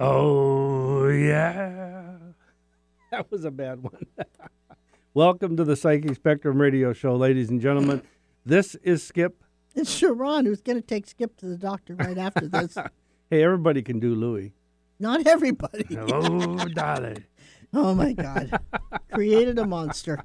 Oh, yeah. That was a bad one. Welcome to the Psychic Spectrum Radio Show, ladies and gentlemen. This is Skip. It's Sharon who's going to take Skip to the doctor right after this. Hey, everybody can do Louie. Not everybody. Hello, darling. Oh my God. Created a monster.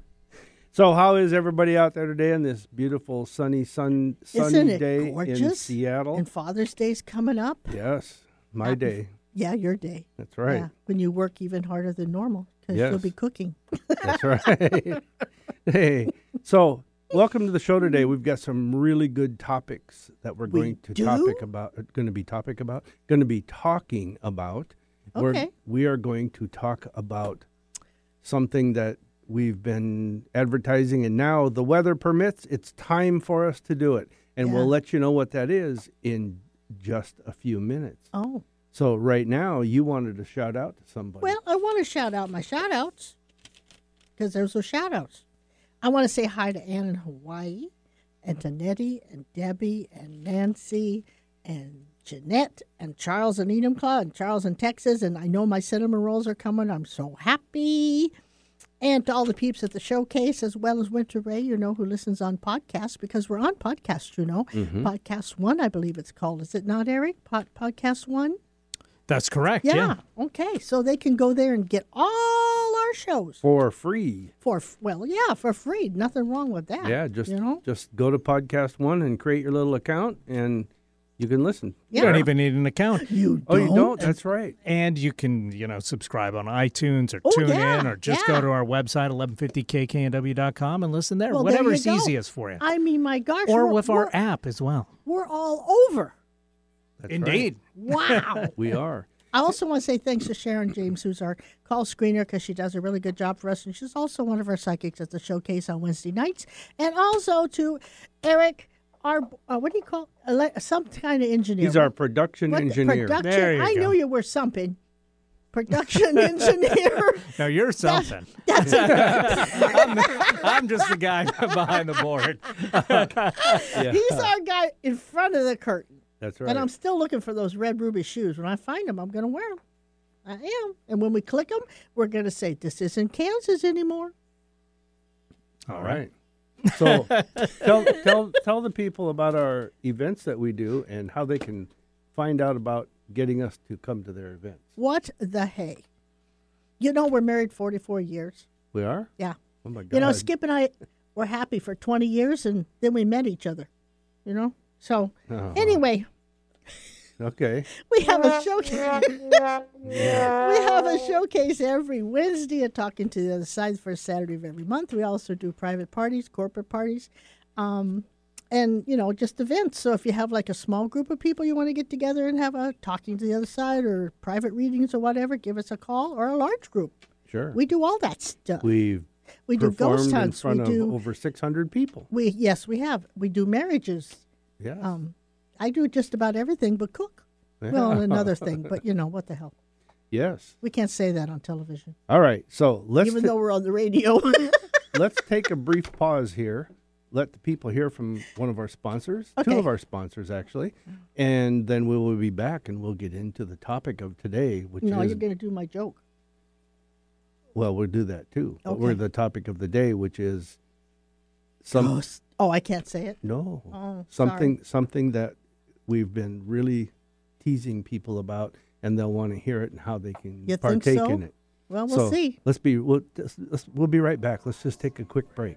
So, how is everybody out there today on this beautiful sunny sun sunny Isn't it day in gorgeous? Seattle? And Father's Day's coming up. yes, my Happy- day. Yeah, your day. That's right. Yeah, when you work even harder than normal because you'll Yes. be cooking. That's right. hey, so welcome to the show today. We've got some really good topics that we're We going to do? topic about. Going to be topic about. Going to be talking about. We're, Okay. we are going to talk about something that we've been advertising, and now the weather permits. It's time for us to do it, and we'll Yeah. let you know what that is in just a few minutes. Oh, So right now, you wanted to shout out to somebody. well, I want to shout out my shout outs because there's those shout outs. I want to say hi to Ann in Hawaii and to Nettie and Debbie and Nancy and Jeanette and Charles and Enumclaw and Charles in Texas. And I know my cinnamon rolls are coming. I'm so happy. And to all the peeps at the showcase, as well as Winter Ray, you know, who listens on podcasts, because we're on podcasts, you know. Podcast One, I believe it's called. Is it not, Eric? Pod- podcast One? That's correct. Yeah. Yeah. Okay. So they can go there and get all our shows for free. for f- well, yeah, for free. Nothing wrong with that. Yeah, just you know. just go to podcast one and create your little account, and you can listen. You don't Yeah. even need an account. You Oh, you don't? That's right. And you can, you know, subscribe on iTunes or Oh, tune in yeah, or just yeah. go to our website, 1150kknw.com, and listen there. Well, there you Whatever's go. easiest for you. I mean, my gosh. or we're, with our we're, app as well. we're all over. That's Indeed. Wow. right. we are. I also want to say thanks to Sharon James, who's our call screener, because she does a really good job for us. And she's also one of our psychics at the showcase on Wednesday nights. And also to Eric, our, uh, what do you call, ele- some kind of engineer. He's our production What the- engineer. Production, There you I go. knew you were something. Production engineer. Now you're something. That's it. I'm, I'm just the guy behind the board. Yeah, He's our guy in front of the curtain. that's right. And I'm still looking for those red ruby shoes. When I find them, I'm going to wear them. I am. And when we click them, we're going to say, this isn't Kansas anymore. All right. So tell, tell tell the people about our events that we do and how they can find out about getting us to come to their events. What the hey? You know, we're married 44 years. We are. Yeah. Oh my God. You know, Skip and I were happy for 20 years and then we met each other, you know? So, Oh, anyway, okay. we have a showcase. we have a showcase every Wednesday at Talking to the Other Side, the first Saturday of every month. We also do private parties, corporate parties, um, and you know just events. So if you have like a small group of people you want to get together and have a Talking to the Other Side or private readings or whatever, give us a call or a large group. Sure. We do all that stuff. We, We've do performed ghost in hunts. We front of do. over 600 people. We yes, we have. We do marriages. Yeah. Um, I do just about everything but cook. Well, and another thing, but you know what the hell? yes. We can't say that on television. All right. So let's even ta- though we're on the radio. let's take a brief pause here. Let the people hear from one of our sponsors, two Okay. of our sponsors actually, and then we will be back and we'll get into the topic of today, which no, is you're going to do my joke. well, we'll do that too. But we're Okay. the topic of the day, which is some Ghost. Oh, I can't say it. no Oh, something something that we've been really teasing people about, and they'll want to hear it and how they can You think partake so? in it. Well, we'll so see. Let's be. We'll, let's, we'll be right back. Let's just take a quick break.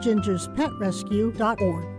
gingerspetrescue.org.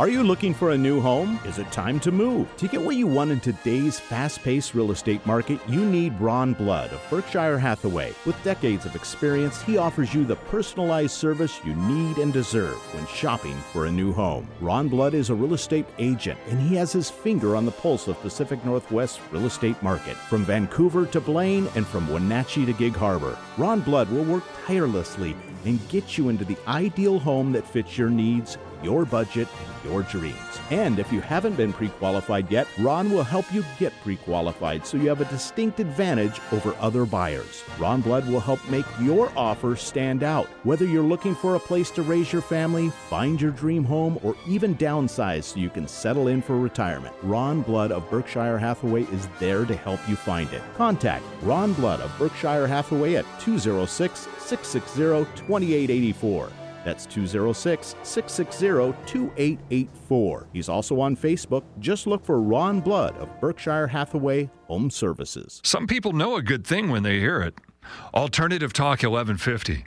Are you looking for a new home? Is it time to move? To get what you want in today's fast paced real estate market, you need Ron Blood of Berkshire Hathaway. With decades of experience, he offers you the personalized service you need and deserve when shopping for a new home. Ron Blood is a real estate agent, and he has his finger on the pulse of Pacific Northwest real estate market. From Vancouver to Blaine and from Wenatchee to Gig Harbor, Ron Blood will work tirelessly and get you into the ideal home that fits your needs, your budget, and your dreams. And if you haven't been pre qualified yet, Ron will help you get pre qualified so you have a distinct advantage over other buyers. Ron Blood will help make your offer stand out. Whether you're looking for a place to raise your family, find your dream home, or even downsize so you can settle in for retirement, Ron Blood of Berkshire Hathaway is there to help you find it. Contact Ron Blood of Berkshire Hathaway at 206 660 2884. That's 206 660 2884. He's also on Facebook. Just look for Ron Blood of Berkshire Hathaway Home Services. Some people know a good thing when they hear it. Alternative Talk 1150.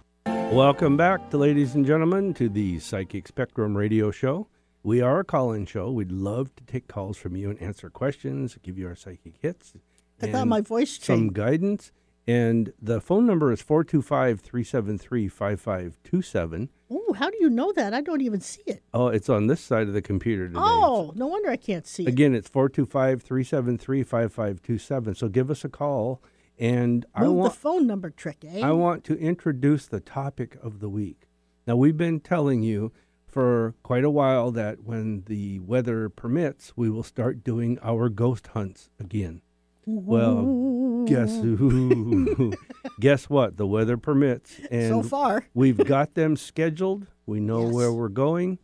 Welcome back, to ladies and gentlemen, to the Psychic Spectrum Radio Show. We are a call-in show. We'd love to take calls from you and answer questions, give you our psychic hits. I thought and my voice some changed. guidance. And the phone number is 425-373-5527. Ooh, how do you know that? I don't even see it. Oh, it's on this side of the computer today. Oh, no wonder I can't see it. Again, it's 425-373-5527. So give us a call and I Move want the phone number trick, eh? I want to introduce the topic of the week. Now, we've been telling you for quite a while that when the weather permits, we will start doing our ghost hunts again. Well, guess who? guess what? The weather permits. And so far, we've got them scheduled. We know Yes. where we're going.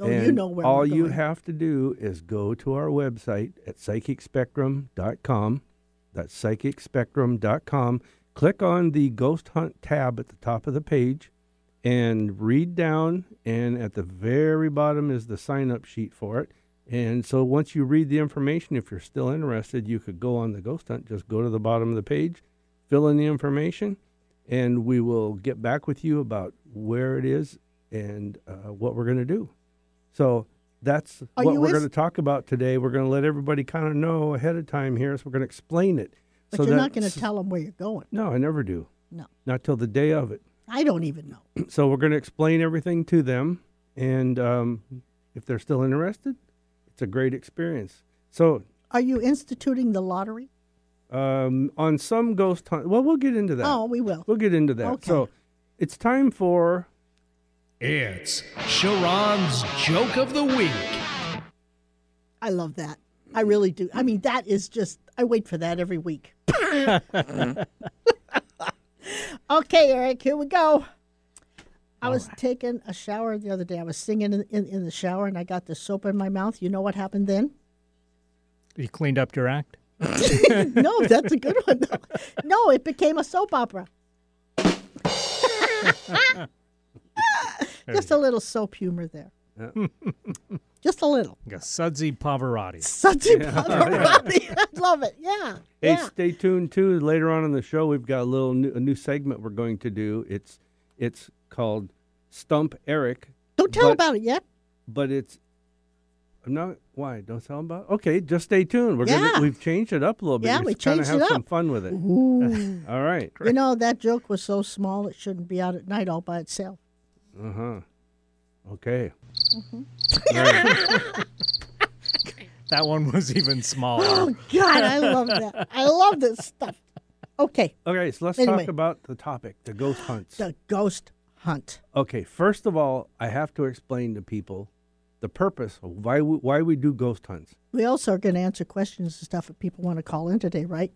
oh, you and know where all we're you going. have to do is go to our website at psychicspectrum.com. That's psychicspectrum.com. Click on the ghost hunt tab at the top of the page and read down. And at the very bottom is the sign up sheet for it. And so once you read the information, if you're still interested, you could go on the ghost hunt. Just go to the bottom of the page, fill in the information, and we will get back with you about where it is and uh, what we're going to do. So that's Are what you we're is- going to talk about today. We're going to let everybody kind of know ahead of time here. So we're going to explain it. but so you're not going that's- to tell them where you're going. No, I never do. No, Not till the day of it. I don't even know. So we're going to explain everything to them, and um, if they're still interested, it's a great experience. So Are you instituting the lottery? um, on some ghost hunt, well, we'll get into that. Oh, we will. We'll get into that. Okay. So it's time for It's Sharon's Joke of the Week. I love that. I really do. I mean, that is just, I wait for that every week. okay, Eric, here we go. I was taking a shower the other day. I was singing in, in, in the shower and I got the soap in my mouth. You know what happened then? You cleaned up your act? no, that's a good one. though. No, it became a soap opera. Just a little soap humor there. Just a little. Like a sudsy Pavarotti. Such a Pavarotti. I love it. Yeah. hey, yeah. stay tuned too. Later on in the show, we've got a little new, a new segment we're going to do. It's it's called Stump Eric, Don't tell but- about it yet. but it's I'm not why don't tell 'em about. Okay, just stay tuned. We're Yeah. gonna we've changed it up a little bit. Yeah, Just we kinda changed have it some up. fun with it. All right. You know, that joke was so small it shouldn't be out at night all by itself. Uh huh. Okay. That one was even smaller. Oh, God, I love that. I love this stuff. Okay, Okay. So let's Anyway. talk about the topic, the ghost hunts. the ghost hunt. Okay. First of all, I have to explain to people the purpose of why we, why we do ghost hunts. We also are going to answer questions and stuff if people want to call in today, right?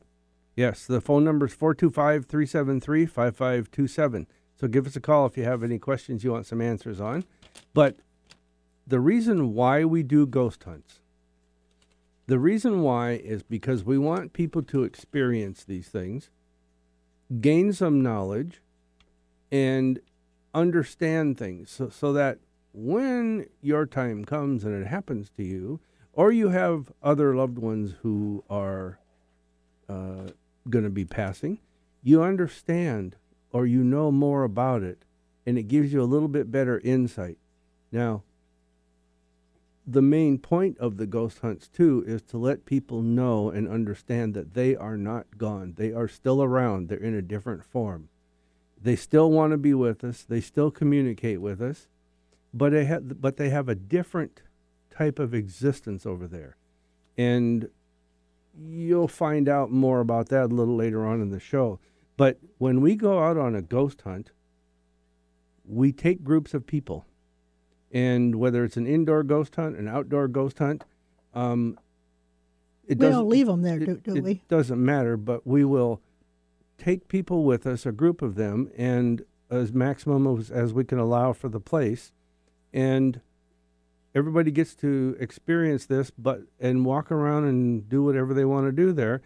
Yes, the phone number is 425 373 5527. So give us a call if you have any questions you want some answers on. But the reason why we do ghost hunts, the reason why is because we want people to experience these things, gain some knowledge, and understand things so, so that when your time comes and it happens to you, or you have other loved ones who are uh, going to be passing, you understand or you know more about it, and it gives you a little bit better insight. Now, the main point of the ghost hunts, too, is to let people know and understand that they are not gone. They are still around, they're in a different form. They still want to be with us, they still communicate with us, but they, ha- but they have a different type of existence over there. And you'll find out more about that a little later on in the show. But when we go out on a ghost hunt, we take groups of people. And whether it's an indoor ghost hunt, an outdoor ghost hunt, um, it We don't doesn't- leave 'em there, it- do- do it we? Doesn't matter, but we will take people with us, a group of them, and as maximum as, as we can allow for the place, and everybody gets to experience this, but and walk around and do whatever they want to do there.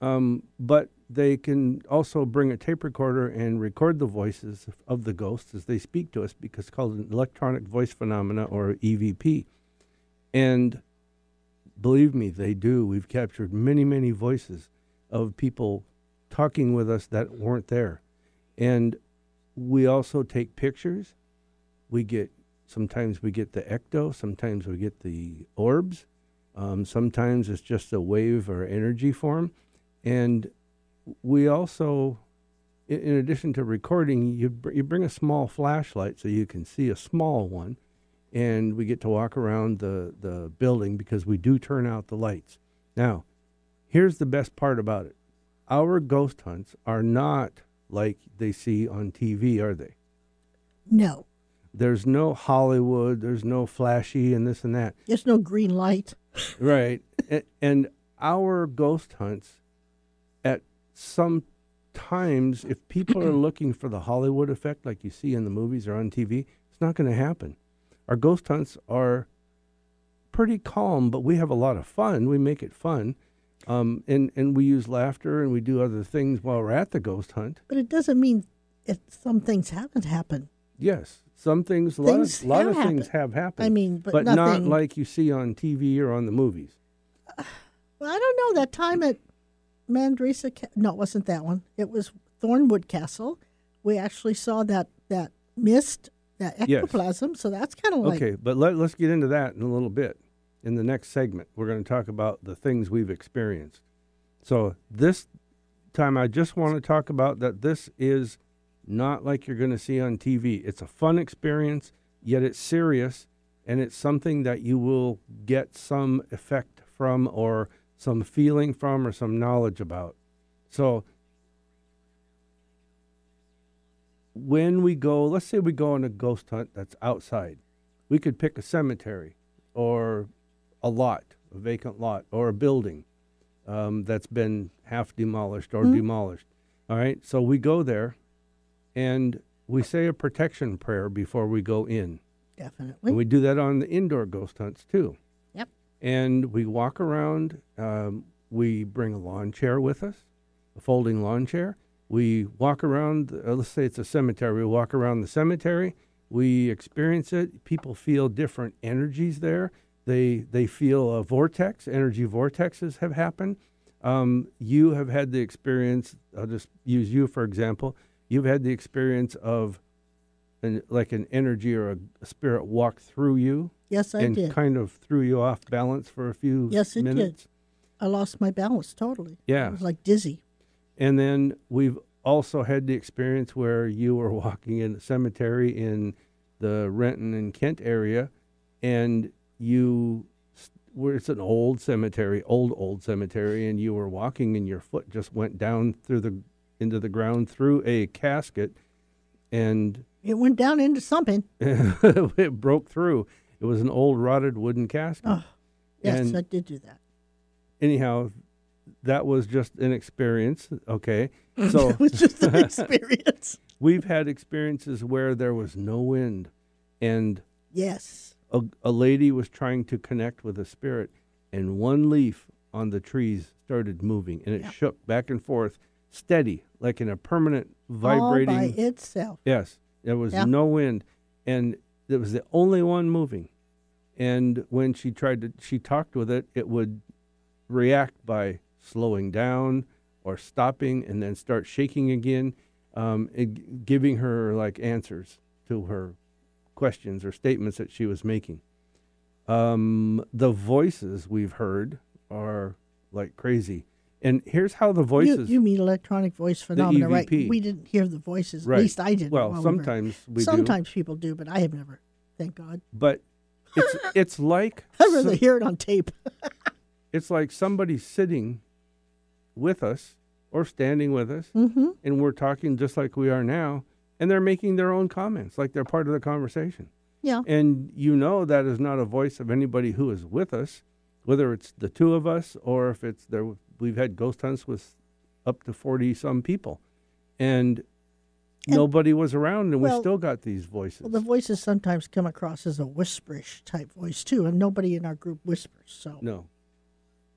Um, but they can also bring a tape recorder and record the voices of- of the ghosts as they speak to us because it's called an electronic voice phenomena or EVP. And believe me, they do. We've captured many, many voices of people talking with us that weren't there. And we also take pictures. We get sometimes we get the ecto, sometimes we get the orbs, um, sometimes it's just a wave or energy form. And we also, i- in addition to recording, you br- you bring a small flashlight so you can see a small one, and we get to walk around the the building because we do turn out the lights. Now, here's the best part about it: our ghost hunts are not like they see on TV, are they? No, There's no Hollywood. There's no flashy and this and that. there's no green light. right and, and our ghost hunts at some times if people are looking for the hollywood effect like you see in the movies or on tv it's not going to happen our ghost hunts are pretty calm but we have a lot of fun we make it fun um, and, and we use laughter and we do other things while we're at the ghost hunt But it doesn't mean if some things haven't happened. yes some things a lot, Things of, lot have of things have happened. happened I mean, but not nothing- like you see on tv or on the movies Well, I don't know. That time at Mandresa, Ca- no, it wasn't that one. It was Thornwood Castle. We actually saw that that mist, that Yes. ectoplasm. So that's kind of like Okay, but let, let's get into that in a little bit. In the next segment, we're going to talk about the things we've experienced. So this time, I just want to talk about that this is not like you're going to see on TV. It's a fun experience, yet it's serious, and it's something that you will get some effect from, or some feeling from, or some knowledge about. So when we go, let's say we go on a ghost hunt that's outside, we could pick a cemetery or a lot, a vacant lot, or a building um, that's been half demolished or demolished. All right, so we go there and we say a protection prayer before we go in. definitely. And we do that on the indoor ghost hunts too. Yep. And we walk around. Um, we bring a lawn chair with us, a folding lawn chair. We walk around. Uh, let's say it's a cemetery. We walk around the cemetery. We experience it. People feel different energies there. They they feel a vortex. Energy vortexes have happened. Um, you have had the experience. I'll just use you for example. You've had the experience of an, like an energy or a, a spirit walk through you yes, I and did. kind of threw you off balance for a few Yes, it did. minutes. I lost my balance totally. Yeah. I was like dizzy. And then we've also had the experience where you were walking in a cemetery in the Renton and Kent area, and you s- were it's an old cemetery, old old cemetery, and you were walking, and your foot just went down through the into the ground through a casket, and It went down into something. it broke through. It was an old rotted wooden casket. Oh, yes, And- I did do that. anyhow, that was just an experience. Okay, so It was just an experience. We've had experiences where there was no wind and Yes. a, a lady was trying to connect with a spirit, and one leaf on the trees started moving, and it shook back and forth, steady, like in a permanent vibrating. All by itself. yes, there was Yeah. no wind, and it was the only one moving. And when she tried to, she talked with it, it would react by slowing down or stopping, and then start shaking again, um, and g- giving her like answers to her questions or statements that she was making. Um, the voices we've heard are like crazy. And here's how the You, voices. you mean electronic voice phenomena, right? EVP. We didn't hear the voices. Right. At least I didn't. Well, while we were- sometimes we do. sometimes people do, but I have never. Thank God. But it's it's like I'd rather so- hear it on tape. it's like somebody sitting with us or standing with us, Mm-hmm. and we're talking just like we are now, and they're making their own comments, like they're part of the conversation. Yeah. And you know that is not a voice of anybody who is with us, whether it's the two of us or if it's there. We've had ghost hunts with up to 40 some people, and, And- nobody was around, and we well, still got these voices. Well, the voices sometimes come across as a whisperish type voice too, and nobody in our group whispers. So no.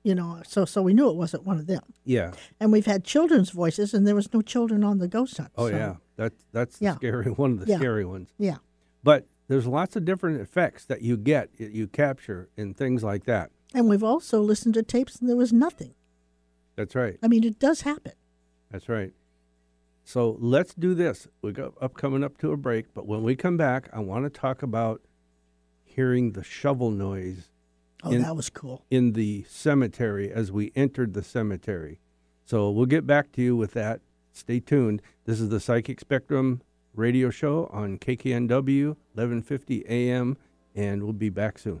you know, so so we knew it wasn't one of them. Yeah. And we've had children's voices, and there was no children on the ghost hunt. Oh, so, yeah. That, that's the Yeah. scary one of the Yeah. scary ones. yeah. But there's lots of different effects that you get, that you capture, and things like that. And we've also listened to tapes, and there was nothing. That's right. I mean, it does happen. That's right. So let's do this. We got up coming up to a break, but when we come back, I want to talk about hearing the shovel noise Oh, In- that was cool. in the cemetery as we entered the cemetery. So we'll get back to you with that. Stay tuned. This is the Psychic Spectrum radio show on KKNW 1150 AM, and we'll be back soon.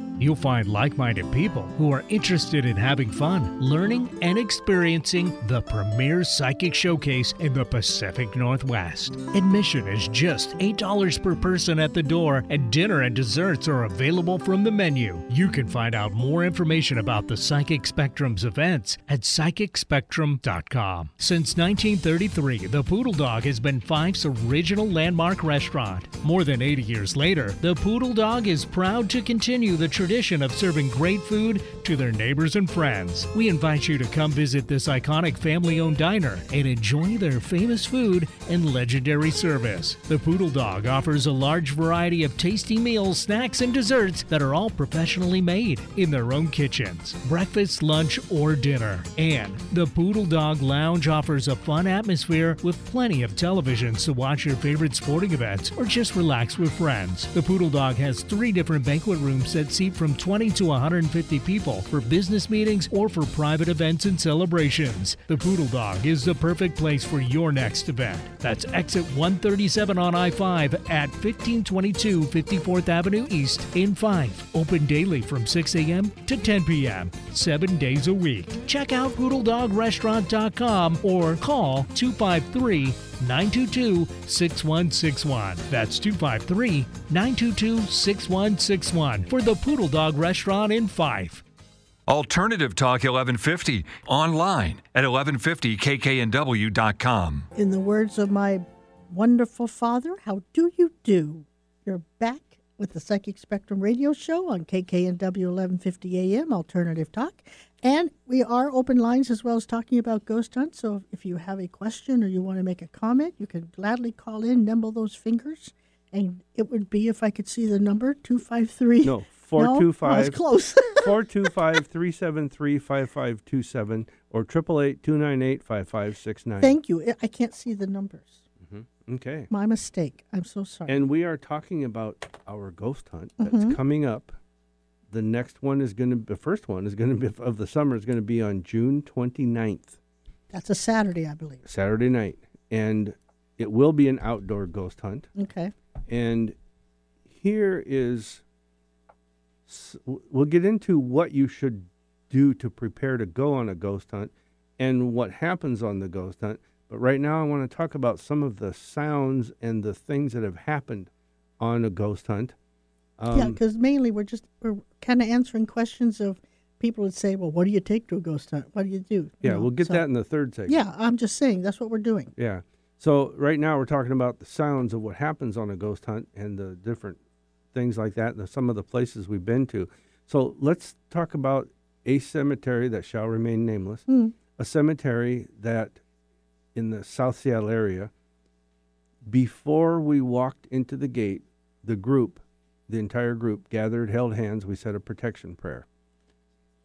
You'll find like minded people who are interested in having fun, learning, and experiencing the premier psychic showcase in the Pacific Northwest. Admission is just $8 per person at the door, and dinner and desserts are available from the menu. You can find out more information about the Psychic Spectrum's events at psychicspectrum.com. Since 1933, the Poodle Dog has been Fife's original landmark restaurant. More than 80 years later, the Poodle Dog is proud to continue the tradition of serving great food to their neighbors and friends. We invite you to come visit this iconic family owned diner and enjoy their famous food and legendary service. The Poodle Dog offers a large variety of tasty meals, snacks, and desserts that are all professionally made in their own kitchens breakfast, lunch, or dinner. And the Poodle Dog Lounge offers a fun atmosphere with plenty of televisions to watch your favorite sporting events or just relax with friends. The Poodle Dog has three different banquet rooms that seat from 20 to 150 people for business meetings or for private events and celebrations. The Poodle Dog is the perfect place for your next event. That's exit 137 on I 5 at 1522 54th Avenue East in 5. Open daily from 6 a.m. to 10 p.m., seven days a week. Check out poodledogrestaurant.com or call 253 922 6161. That's 253 922 6161 for the Poodle Dog Restaurant in Fife. Alternative Talk 1150 online at 1150kknw.com. In the words of my wonderful father, how do you do? You're back with the Psychic Spectrum radio show on KKNW 1150 AM Alternative Talk. And we are open lines as well as talking about ghost hunts. So if you have a question or you want to make a comment, you can gladly call in, nimble those fingers. And it would be, if I could see the number, No, 253 No, I 425 was Oh, close. 425 373 5527 or 888 298 5569. Thank you. I- I can't see the numbers. Okay. My mistake. I'm so sorry. Mm-hmm. And we are talking about our ghost hunt that's coming up. The next one is going to the first one is going to be of the summer is going to be on June 29th, That's a Saturday, I believe. Saturday night, and it will be an outdoor ghost hunt. Okay. And here is s- w- we'll get into what you should do to prepare to go on a ghost hunt and what happens on the ghost hunt. But right now, I want to talk about some of the sounds and the things that have happened on a ghost hunt. Um, Yeah, 'cause yeah, because mainly we're just we're kind of answering questions of people would say, well, what do you take to a ghost hunt? What do you do? You yeah, know, we'll get so- that in the third segment. Yeah, I'm just saying that's what we're doing. Yeah. So right now we're talking about the sounds of what happens on a ghost hunt and the different things like that, and some of the places we've been to. So let's talk about a cemetery that shall remain nameless, a cemetery that in the South Seattle area. Before we walked into the gate, the group, the entire group, gathered, held hands. We said a protection prayer.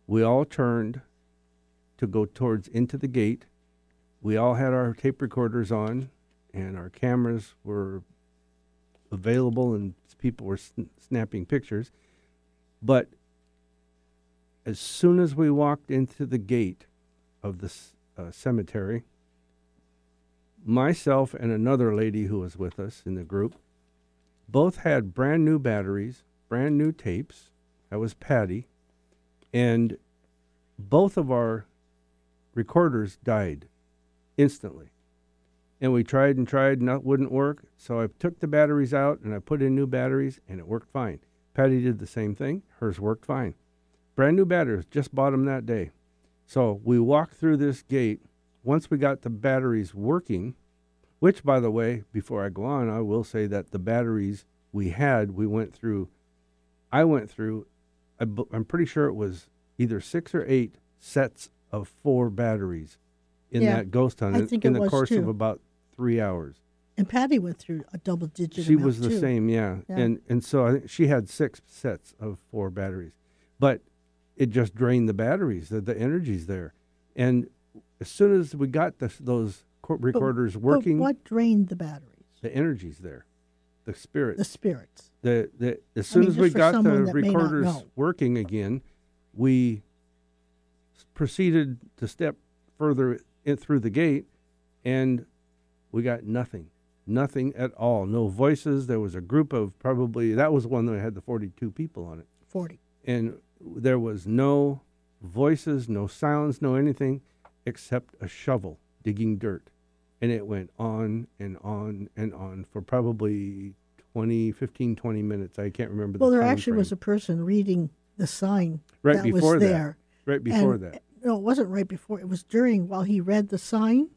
We all turned to go towards into the gate we all had our tape recorders on and our cameras were available and people were sn- snapping pictures but as soon as we walked into the gate of the c- uh, cemetery myself and another lady who was with us in the group both had brand new batteries brand new tapes that was patty and both of our recorders died instantly. And we tried and tried, and that wouldn't work. So I took the batteries out and I put in new batteries, and it worked fine. Patty did the same thing; hers worked fine. Brand new batteries, just bought them that day. So we walked through this gate. Once we got the batteries working, which, by the way, before I go on, I will say that the batteries we had, we went through. I went through. I bu- I'm pretty sure it was either six or eight sets of four batteries in Yeah, that ghost hunt I in- think in it the was course of too. about three hours. And Patty went through a double digit. she amount, was the too. same, yeah. Yeah. And and so I think she had six sets of four batteries, but it just drained the batteries. The, the energy's there, and as soon as we got the, those co- But- recorders but working, what drained the batteries? the energy's there, the spirit. The spirits. The, the as soon mean, as just we for got the someone that may not recorders know. working again, we s- proceeded to step further in through the gate, and we got nothing, nothing at all. No voices. There was a group of probably that was one that had the forty-two people on it, 40. and there was no voices, no sounds, no anything, except a shovel digging dirt, and it went on and on and on for probably. 20, 15, 20 minutes. I can't remember. Well, the there time actually frame. was a person reading the sign right that before was that. there. Right before and- eh, that. No, it wasn't right before. It was during while he read the sign.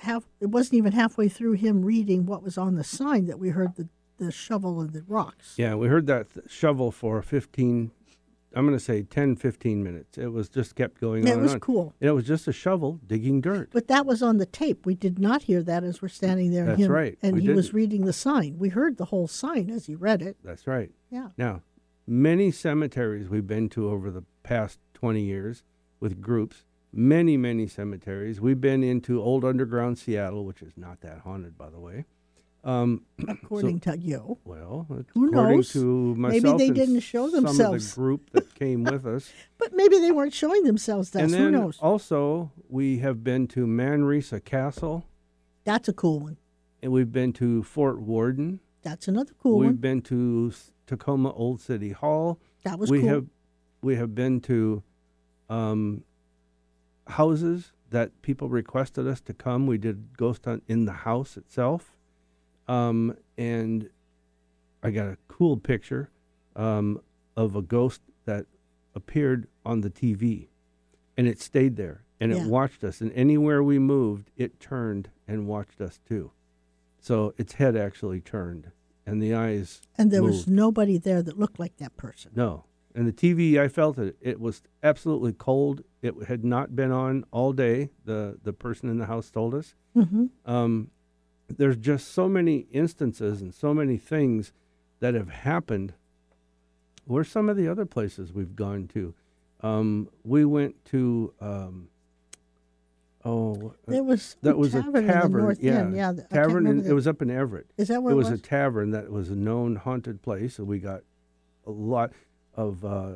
Half it wasn't even halfway through him reading what was on the sign that we heard the, the shovel and the rocks. Yeah, we heard that th- shovel for 15, I'm going to say 10, 15 minutes. It was just kept going That on. was and on. cool. And it was just a shovel digging dirt. But that was on the tape. We did not hear that as we're standing there. That's and him, right. And We he was didn't. reading the sign. We heard the whole sign as he read it. That's right. Yeah. Now, many cemeteries we've been to over the past 20 years with groups, many, many cemeteries. We've been into Old Underground Seattle, which is not that haunted, by the way. Um, According to you. well, Who according knows? to Maybe myself they and didn't show some of the themselves. group that came with us. But maybe they weren't showing themselves that. and Who then knows? also, we have been to Manresa Castle, That's a cool one. and we've been to Fort Warden. That's another cool we've one. been to S- Tacoma Old City Hall. That was we cool. have we have been to um, houses that people requested us to come. We did ghost hunt in the house itself, um, and I got a cool picture um, of a ghost that appeared on the TV, and it stayed there and Yeah. it watched us. And anywhere we moved, it turned and watched us too. So its head actually turned, and the eyes and there moved. was nobody there that looked like that person. No. And the TV, I felt it. It was absolutely cold. It had not been on all day. The the person in the house told us. Mm-hmm. Um, there's just so many instances and so many things that have happened where's some of the other places we've gone to? Um, we went to, um, oh, uh, There was some that was a tavern in tavern. the North yeah, End, yeah, th- I can't tavern. remember in, the- it was up in Everett. Is that what it it was? a was? tavern that was a known haunted place, and we got a lot of uh,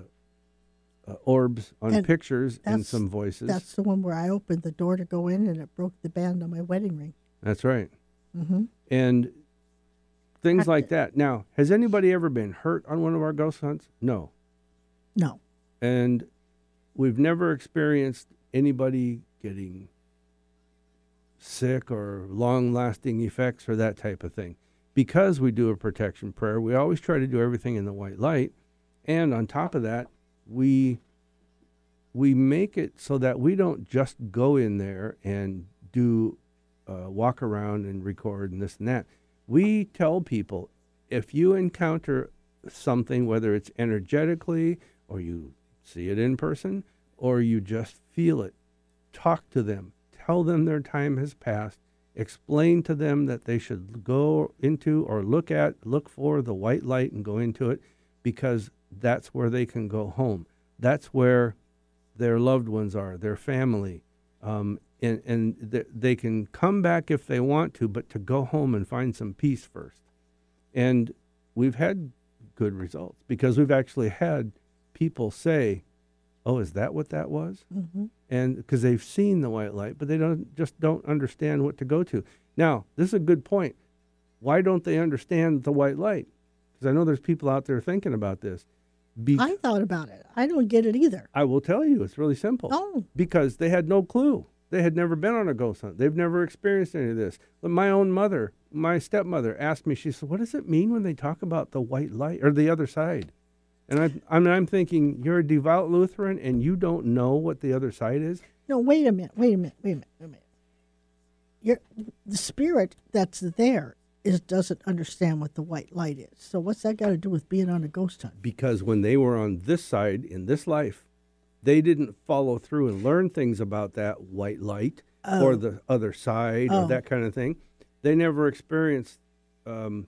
uh, orbs on And pictures and that's- some voices. That's the one where I opened the door to go in and it broke the band on my wedding ring. That's right. Mhm. And things Have like to- that. Now, has anybody ever been hurt on one of our ghost hunts? No. No. And we've never experienced anybody getting sick or long lasting effects or that type of thing. Because we do a protection prayer, we always try to do everything in the white light. And on top of that, we we make it so that we don't just go in there and do uh, walk around and record and this and that. We tell people if you encounter something, whether it's energetically or you see it in person or you just feel it, talk to them. Tell them their time has passed. Explain to them that they should go into or look at, look for the white light and go into it because that's where they can go home. That's where their loved ones are, their family, um, and and th- they can come back if they want to, but to go home and find some peace first. And we've had good results because we've actually had people say, "Oh, is that what that was?" hmm and because they've seen the white light, but they don't just don't understand what to go to. Now, this is a good point. Why don't they understand the white light? Because I know there's people out there thinking about this. Be- I thought about it. I don't get it either. I will tell you, it's really simple. Oh, Because they had no clue. They had never been on a ghost hunt. They've never experienced any of this. But my own mother, my stepmother, asked me. She said, "What does it mean when they talk about the white light or the other side?" And I, I'm, I'm thinking, you're a devout Lutheran and you don't know what the other side is. no, wait a minute. Wait a minute. Wait a minute. Wait a minute. You're, the spirit that's there is doesn't understand what the white light is. So what's that got to do with being on a ghost hunt? because when they were on this side in this life, they didn't follow through and learn things about that white light or Oh. the other side or Oh. that kind of thing. They never experienced um,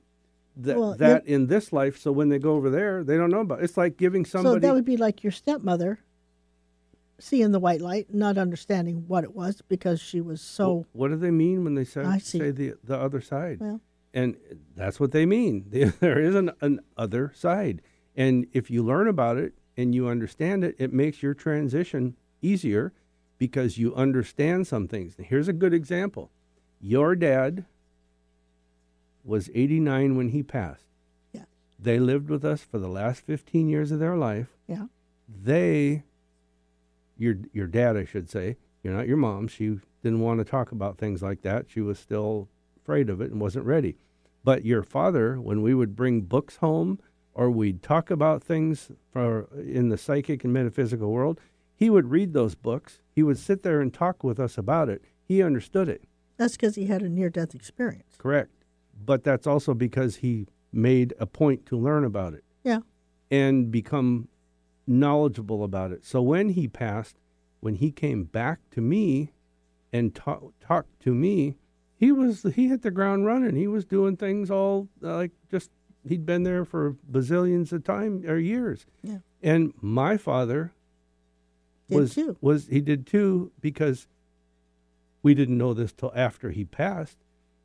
that Well, that in this life. So when they go over there, they don't know about. It. It's like giving So somebody. that would be like your stepmother seeing the white light, not understanding what it was because she was so. Wh- what do they mean when they say I see. say the the other side? Well, and that's what they mean. There is an, an other side, and if you learn about it and you understand it, it makes your transition easier because you understand some things. And here's a good example: your dad was 89 when he passed. Yeah. They lived with us for the last 15 years of their life yeah. they your your dad I should say you're not your mom she didn't want to talk about things like that she was still afraid of it and wasn't ready but your father when we would bring books home or we'd talk about things for in the psychic and metaphysical world he would read those books he would sit there and talk with us about it he understood it That's because he had a near death experience. correct but that's also because he made a point to learn about it Yeah. and become knowledgeable about it. So when he passed, when he came back to me and ta- talked to me, he was he hit the ground running. He was doing things all uh, like just he'd been there for bazillions of time or years. Yeah. And my father Did was too. was he did too because we didn't know this till after he passed,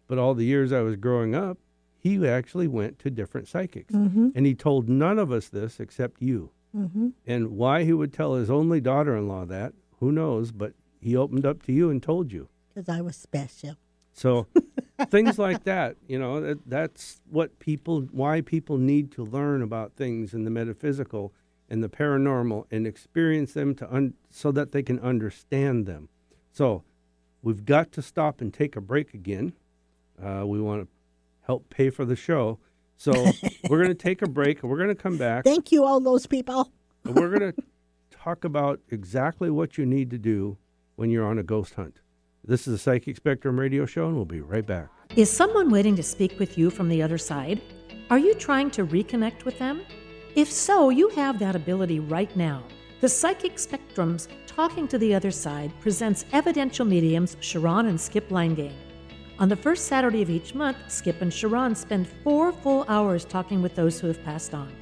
but all the years I was growing up, he actually went to different psychics. Mm-hmm. And he told none of us this except you. Mm-hmm. And why he would tell his only daughter in law that, who knows, but he opened up to you and told you. Because I was special. So things like that, you know, that, that's what people, why people need to learn about things in the metaphysical and the paranormal and experience them to un- so that they can understand them. So we've got to stop and take a break again. Uh, we want to help pay for the show. So we're going to take a break. and We're going to come back. Thank you, all those people. And we're going to talk about exactly what you need to do when you're on a ghost hunt. This is the Psychic Spectrum Radio Show, and we'll be right back. Is someone waiting to speak with you from the other side? Are you trying to reconnect with them? If so, you have that ability right now. The Psychic Spectrum's Talking to the Other Side presents evidential mediums Sharon and Skip Linegame. On the first Saturday of each month, Skip and Sharon spend four full hours talking with those who have passed on.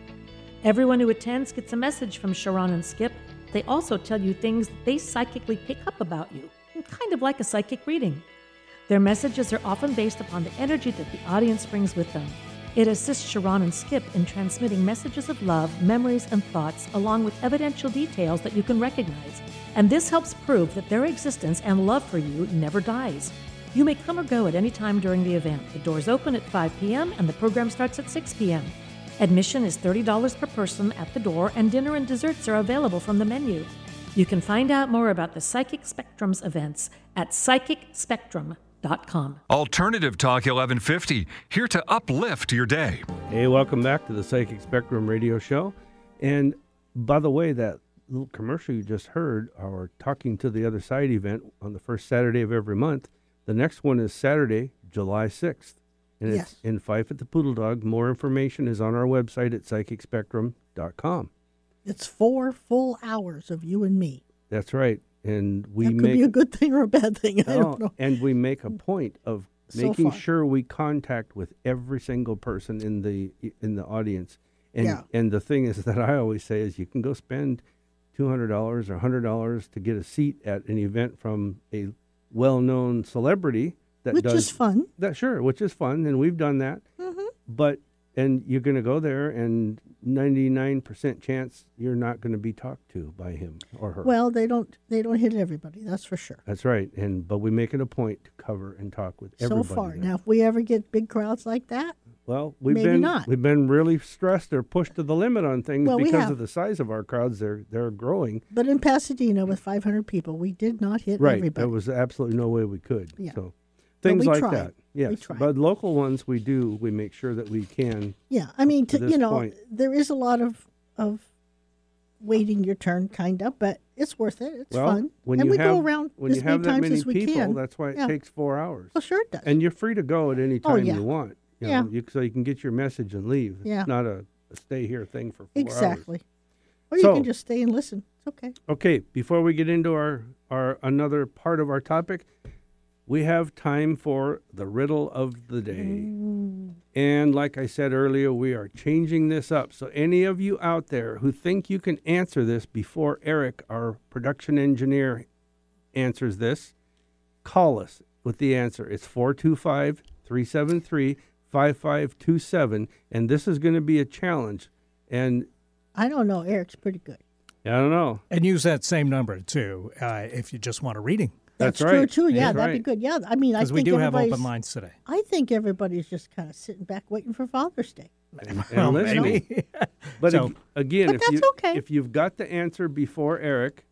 Everyone who attends gets a message from Sharon and Skip. They also tell you things that they psychically pick up about you, kind of like a psychic reading. Their messages are often based upon the energy that the audience brings with them. It assists Sharon and Skip in transmitting messages of love, memories, and thoughts, along with evidential details that you can recognize. And this helps prove that their existence and love for you never dies. You may come or go at any time during the event. The doors open at 5 p.m. and the program starts at 6 p.m. Admission is $30 per person at the door, and dinner and desserts are available from the menu. You can find out more about the Psychic Spectrums events at psychicspectrum.com. Alternative Talk 1150, here to uplift your day. Hey, welcome back to the Psychic Spectrum Radio Show. And by the way, that little commercial you just heard, our Talking to the Other Side event on the first Saturday of every month, the next one is Saturday, July 6th. And it's Yes. in Fife at the Poodle Dog. More information is on our website at psychicspectrum.com. It's four full hours of you and me. That's right. And we that could make be a good thing or a bad thing. I Oh, don't know. and we make a point of So making far. sure we contact with every single person in the in the audience. And Yeah. and the thing is that I always say is you can go spend two hundred dollars or hundred dollars to get a seat at an event from a well-known celebrity that Which does is Mm-hmm. fun. that sure, which is fun, and we've done that. But and you're going to go there, and ninety nine percent chance you're not going to be talked to by him or her. Well, they don't they don't hit everybody. That's for sure. That's right, and but we make it a point to cover and talk with everybody. so far, there. now if we ever get big crowds like that, well, we've maybe been not. we've been really stressed or pushed to the limit on things Well, we because have. of the size of our crowds. They're they're growing. but in Pasadena with 500 people, we did not hit Right, everybody. there was absolutely no way we could. Yeah. So things we like tried. that. We Yes, tried. but local ones we do. We make sure that we can. yeah, I mean, to to, this you know, point. there is a lot of of waiting your turn, kind of, but it's worth it. It's well, fun, when and you we have, go around when as you many have that times many as we people, can. that's why it Yeah. takes four hours. Well, sure it does. And you're free to go at any time yeah. you want. You Yeah. Know, you, so you can get your message and leave. Yeah. It's not a, a stay here thing for four hours. exactly. Or you So- can just stay and listen. It's okay. Okay, before we get into our, our another part of our topic, we have time for the riddle of the day. And like I said earlier, we are changing this up. So any of you out there who think you can answer this before Eric, our production engineer, answers this, call us with the answer. It's 425 373 5527. And this is going to be a challenge. And I don't know. Eric's pretty good. I don't know. And use that same number too uh, if you just want a reading, That's true right. too. Yeah, That's that'd be right. good. Yeah, I mean, I because think we do have everybody's- open lines today. I think everybody's just kind of sitting back waiting for Father's Day. And Well, listening. maybe. But Um, So- ag- again, But if that's you okay. if you've got the answer before Eric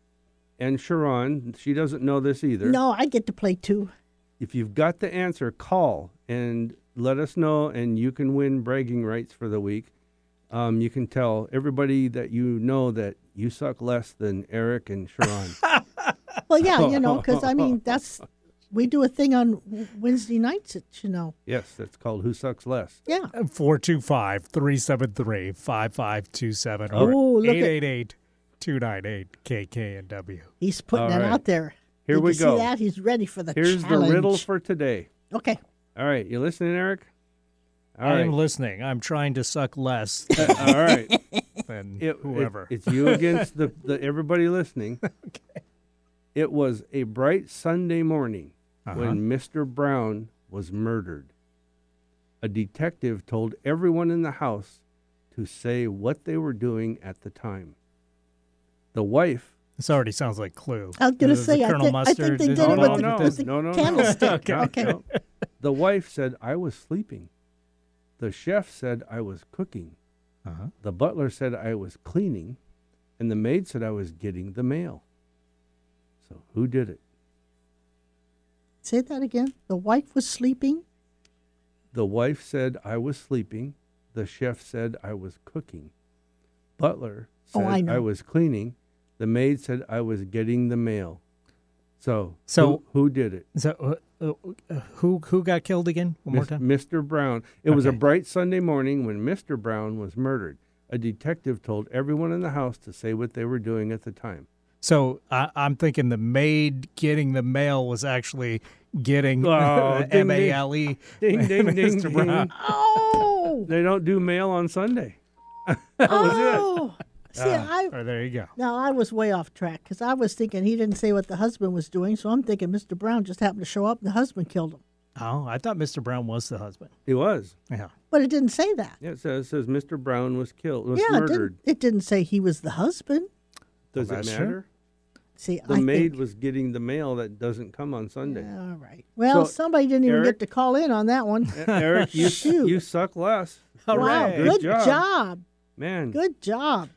and Sharon, she doesn't know this either. No, I get to play too. If you've got the answer, call and let us know, and you can win bragging rights for the week. Um, you can tell everybody that you know that you suck less than Eric and Sharon. Well, yeah, you know, because I mean, that's we do a thing on W- Wednesday nights, at, you know. yes, that's called who sucks less. Yeah, 425 373 5527 Oh, or look at- 888 298 KKNW. he's putting All that right. out there. Here Did we you go. See that he's ready for the Here's challenge. the riddle for today. okay. All right, you listening, Eric? All I am right. listening. I'm trying to suck less All right. than it- it- whoever. it's you against the, the everybody listening. It was a bright Sunday morning Uh-huh. when Mr. Brown was murdered. A detective told everyone in the house to say what they were doing at the time. The wife this already sounds like Clue. I was gonna This is the say, I Colonel think- I think Mustard, they this is did all- it with the- no, with the no, no, candlestick. Okay. No, Okay. no. The wife said, I was sleeping. The chef said, I was cooking. Uh-huh. The butler said I was cleaning, and the maid said I was getting the mail. So who did it? Say that again. The wife was sleeping. The wife said I was sleeping. The chef said I was cooking. Butler Oh, said I know. I was cleaning. The maid said I was getting the mail. So So- who, who did it? So, uh, uh, who who got killed again? One more Mis- time. Mr. Brown. It was a Okay. bright Sunday morning when Mr. Brown was murdered. A detective told everyone in the house to say what they were doing at the time. So I, I'm thinking the maid getting the mail was actually getting Oh, ding, ding. M A L E. Ding, ding, ding, Mr. Brown. ding. Oh, They don't do mail on Sunday. oh, see, Ah, I oh, there you go. now I was way off track because I was thinking he didn't say what the husband was doing, so I'm thinking Mr. Brown just happened to show up and the husband killed him. Oh, I thought Mr. Brown was the husband. He was. Yeah. But it didn't say that. Yeah, it says, it says Mr. Brown was killed, was yeah, it murdered. didn't, it didn't say he was the husband. Does Well, it that's true. matter? See, The I maid think, was getting the mail that doesn't come on Sunday. all right. Well, So, somebody didn't even Eric- E-, get to call in on that one. Eric, you, Shoot. you suck less. wow, Hooray. Good good job. job, Man, good job.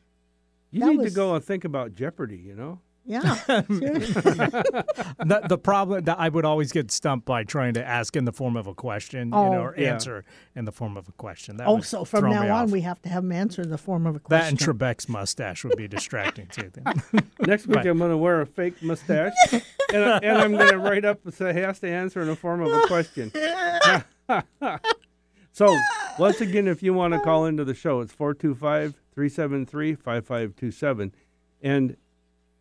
you that need was- to go and think about Jeopardy, you know? Yeah, seriously. the, the problem that I would always get stumped by trying to ask in the form of a question, you Oh. know, or Yeah. answer in the form of a question. That would also, Oh, from throw now me on, off. we have to have him answer in the form of a that question. and Trebek's mustache would be distracting too. then. Next week, Right. I'm going to wear a fake mustache, and, I, and I'm going to write up and say, he has to answer in the form of a question. so, once again, if you want to call into the show, it's 425 373 5527. And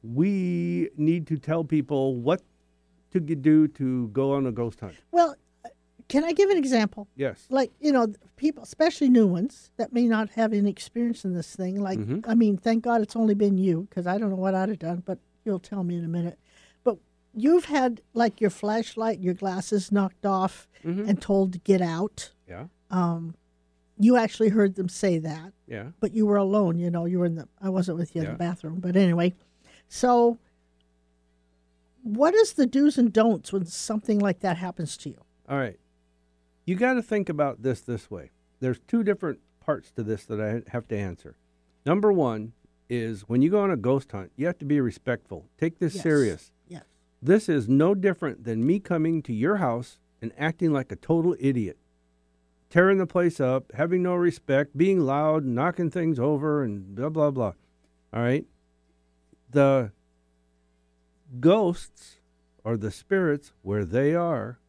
we need to tell people what to g- do to go on a ghost hunt. well, can I give an example? Yes. like you know people especially new ones that may not have any experience in this thing like Mm-hmm. i mean thank god it's only been you because i don't know what i'd have done but you'll tell me in a minute but you've had like your flashlight your glasses knocked off Mm-hmm. and told to get out Um, Yeah. you actually heard them say that Yeah. but you were alone you know you were in the i wasn't with you in Yeah. the bathroom but anyway so what is the do's and don'ts when something like that happens to you All right. You got to think about this this way. There's two different parts to this that I have to answer. Number one is when you go on a ghost hunt, you have to be respectful. Take this Yes. serious. yes This is no different than me coming to your house and acting like a total idiot, tearing the place up, having no respect, being loud, knocking things over, and blah, blah, blah. All right. The ghosts or the spirits, where they are,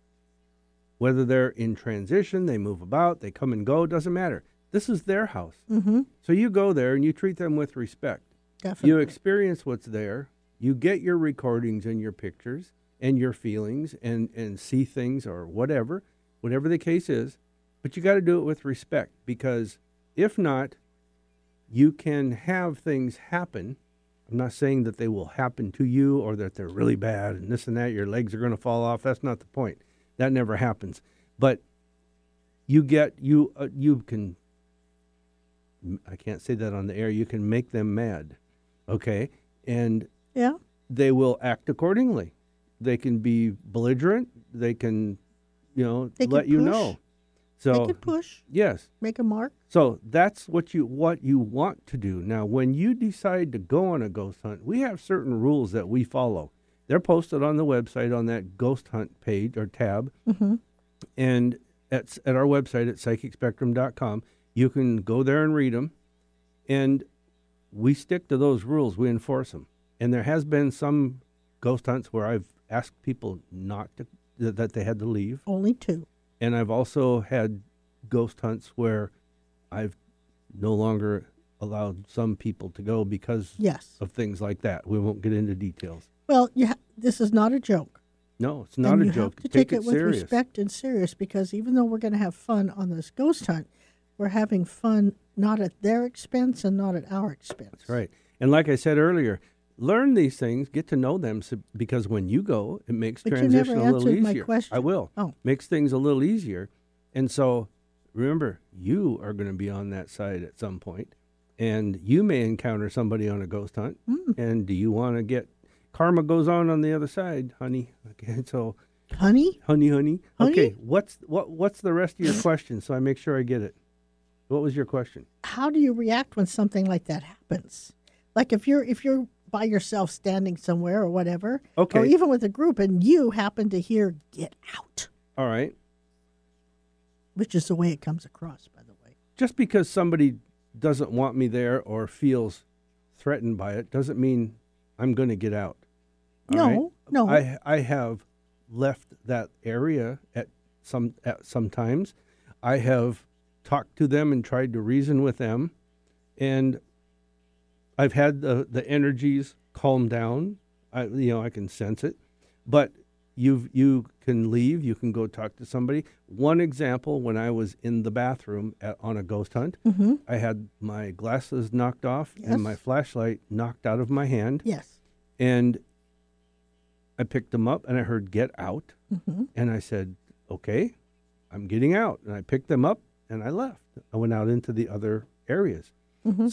whether they're in transition, they move about, they come and go, doesn't matter. This is their house. mm-hmm So you go there and you treat them with respect. definitely You experience what's there. You get your recordings and your pictures and your feelings and, and see things or whatever, whatever the case is. But you got to do it with respect because if not, you can have things happen. I'm not saying that they will happen to you or that they're really bad and this and that, your legs are going to fall off. That's not the point. That never happens. But you get, you, uh, you can, I can't say that on the air, you can make them mad okay and yeah they will act accordingly they can be belligerent they can you know They can let you push. know they so could push yes make a mark. so that's what you what you want to do now when you decide to go on a ghost hunt we have certain rules that we follow they're posted on the website on that ghost hunt page or tab and at, at our website at psychicspectrum.com you can go there and read them and we stick to those rules we enforce them and there has been some ghost hunts where i've asked people not to that that they had to leave Only two. and i've also had ghost hunts where i've no longer allowed some people to go because Yes. of things like that we won't get into details Well, you ha- this is not a joke. no it's not and a you joke Have to take, it, with serious respect and serious because even though we're going to have fun on this ghost hunt, we're having fun not at their expense and not at our expense. That's right. And like I said earlier, learn these things, get to know them, so, because when you go, it makes But you never transition a little answered easier. my question. I will. Oh. Makes things a little easier. And so remember, you are going to be on that side at some point, and you may encounter somebody on a ghost hunt. Mm. And do you want to get karma goes on on the other side, honey? Okay, so Honey, honey, honey. Okay, Honey? what's what? What's the rest of your question? So I make sure I get it. What was your question? how do you react when something like that happens? Like if you're if you're by yourself standing somewhere or whatever, or Okay. even with a group, and you happen to hear "get out," All right. which is the way it comes across, by the way. just because somebody doesn't want me there or feels threatened by it doesn't mean I'm going to get out. All No, right? no. I I have left that area at some at sometimes. I have talked to them and tried to reason with them, and I've had the the energies calm down. I you know I can sense it, but you you can leave. You can go talk to somebody. One example: when I was in the bathroom at, on a ghost hunt, I had my glasses knocked off Mm-hmm. Yes. and my flashlight knocked out of my hand, Yes. and I picked them up and I heard "Get out," Mm-hmm. and I said, "Okay, I'm getting out," and I picked them up and I left. I went out into the other areas. So Mm-hmm.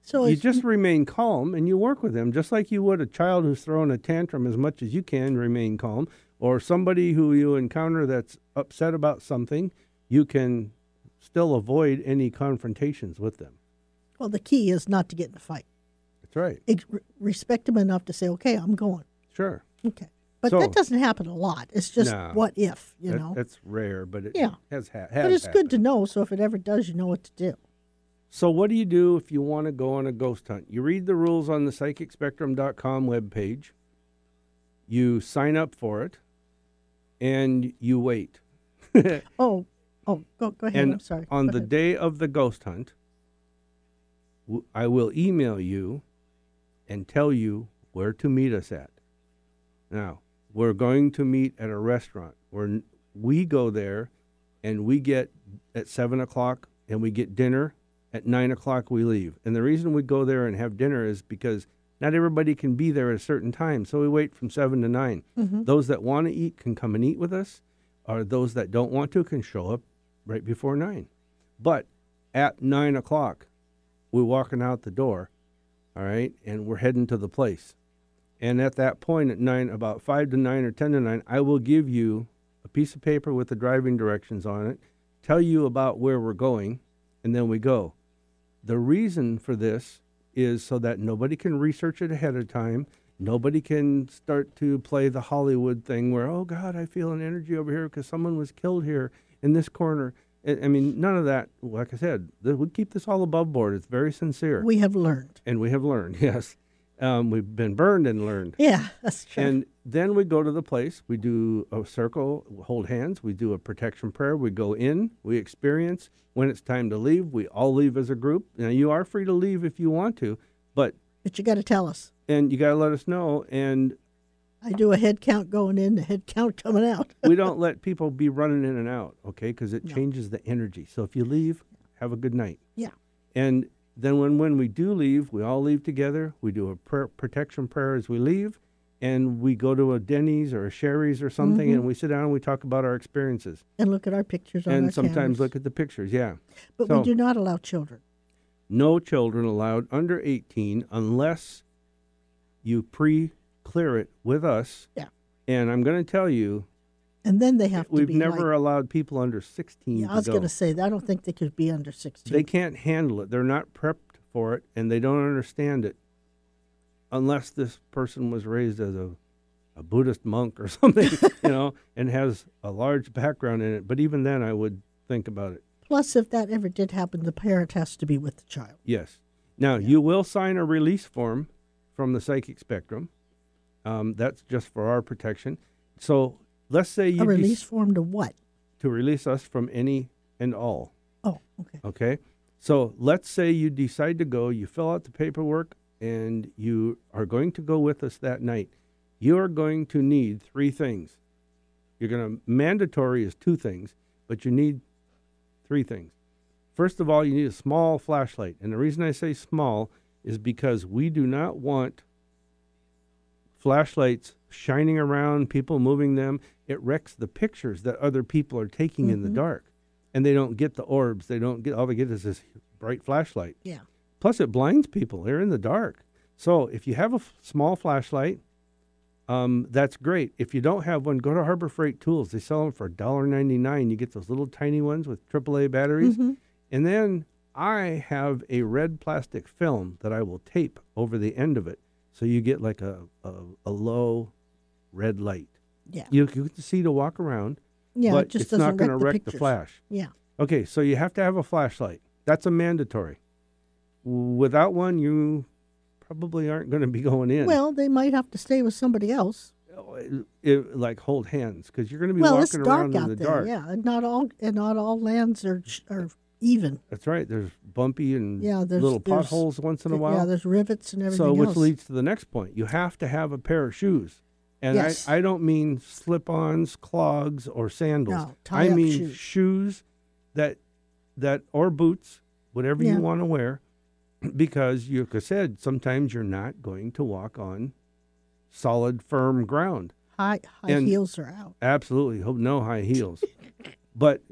So you it's- just remain calm and you work with them just like you would a child who's throwing a tantrum as much as you can remain calm or somebody who you encounter that's upset about something you can still avoid any confrontations with them well, the key is not to get in a fight. that's right Ex- re- respect them enough to say, "Okay, I'm going." sure Okay, but So- that doesn't happen a lot. It's just No. what if you That- know. that's rare but it Yeah. has, ha- has But it's good to happened. know. So if it ever does, you know what to do. so what do you do if you want to go on a ghost hunt you read the rules on the psychicspectrum.com webpage you sign up for it and you wait Oh, oh, go go ahead. and I'm sorry. on Go the ahead. day of the ghost hunt, w- I will email you and tell you where to meet us at. Now, we're going to meet at a restaurant. We're, n- we go there and we get at 7 o'clock and we get dinner. At 9 o'clock, we leave. And the reason we go there and have dinner is because not everybody can be there at a certain time. So we wait from 7 to 9. Mm-hmm. Those that want to eat can come and eat with us, or those that don't want to can show up right before 9. But at 9 o'clock, we're walking out the door, all right, and we're heading to the place. And at that point, at 9, about 5 to 9 or 10 to 9, I will give you a piece of paper with the driving directions on it, tell you about where we're going, and then we go. The reason for this is so that nobody can research it ahead of time. Nobody can start to play the Hollywood thing where, oh God, I feel an energy over here because someone was killed here in this corner. I I mean, none of that. Like I said, th- we keep this all above board. It's very sincere, we have learned. and we have learned. Yes, um, we've been burned and learned. Yeah, that's true. And then we go to the place. We do a circle, hold hands. We do a protection prayer. We go in. We experience. When it's time to leave, we all leave as a group. Now you are free to leave if you want to, but but you got to tell us. and you got to let us know. And I do a head count going in, a head count coming out. we don't let people be running in and out, okay? Because it No. changes the energy. So if you leave, have a good night. Yeah. And then when, when we do leave, we all leave together. We do a prayer, protection prayer as we leave, and we go to a Denny's or a Sherry's or something, Mm-hmm. and we sit down and we talk about our experiences. And look at our pictures on our and sometimes cameras. look at the pictures, yeah. But so- we do not allow children. No children allowed under 18 unless you pre clear it with us. Yeah. And I'm going to tell you, And then they have to we've be never like- allowed people under 16 yeah, to I was go. going to say that. I don't think they could be under 16. They can't handle it. They're not prepped for it, and they don't understand it, unless this person was raised as a, a Buddhist monk or something, you know, and has a large background in it. But even then, I would think about it. Plus, if that ever did happen, the parent has to be with the child. Yes. Now you will sign a release form from the psychic spectrum. Um, that's just for our protection. So let's say you a dec- release form to what? to release us from any and all. Oh, okay. Okay. So let's say you decide to go, you fill out the paperwork, and you are going to go with us that night. You are going to need three things. You're going to, mandatory is two things, but you need three things. First of all, you need a small flashlight. And the reason I say small is because we do not want flashlights shining around, people moving them. It wrecks the pictures that other people are taking in the dark. And they don't get the orbs. They don't get all they get is this bright flashlight. Yeah. Plus, it blinds people. They're in the dark. So if you have a f- small flashlight, um, that's great. If you don't have one, go to Harbor Freight Tools. They sell them for $1.99. You get those little tiny ones with AAA batteries. Mm-hmm. And then I have a red plastic film that I will tape over the end of it. So you get like a, a, a low red light. Yeah. You, you can see to walk around, yeah, but it just it's doesn't not going to the, wreck the pictures. flash. Yeah. Okay, so you have to have a flashlight. That's a mandatory. Without one, you probably aren't going to be going in. Well, they might have to stay with somebody else. It- like hold hands because you're going to be well, it's walking dark around in out the there. dark. Yeah, and not all and not all lands are ch- are even. That's right. There's bumpy and Yeah, there's- little there's- potholes once in a Yeah, while. there's rivets and everything so, which else. leads to the next point. You have to have a pair of shoes. And Yes. I, I don't mean slip ons, clogs, or sandals. No, I tie-up mean shoes. that that or boots, whatever Yeah. you want to wear, because you like I said, sometimes you're not going to walk on solid, firm ground. High high And- heels are out. Absolutely. Hope no high heels. but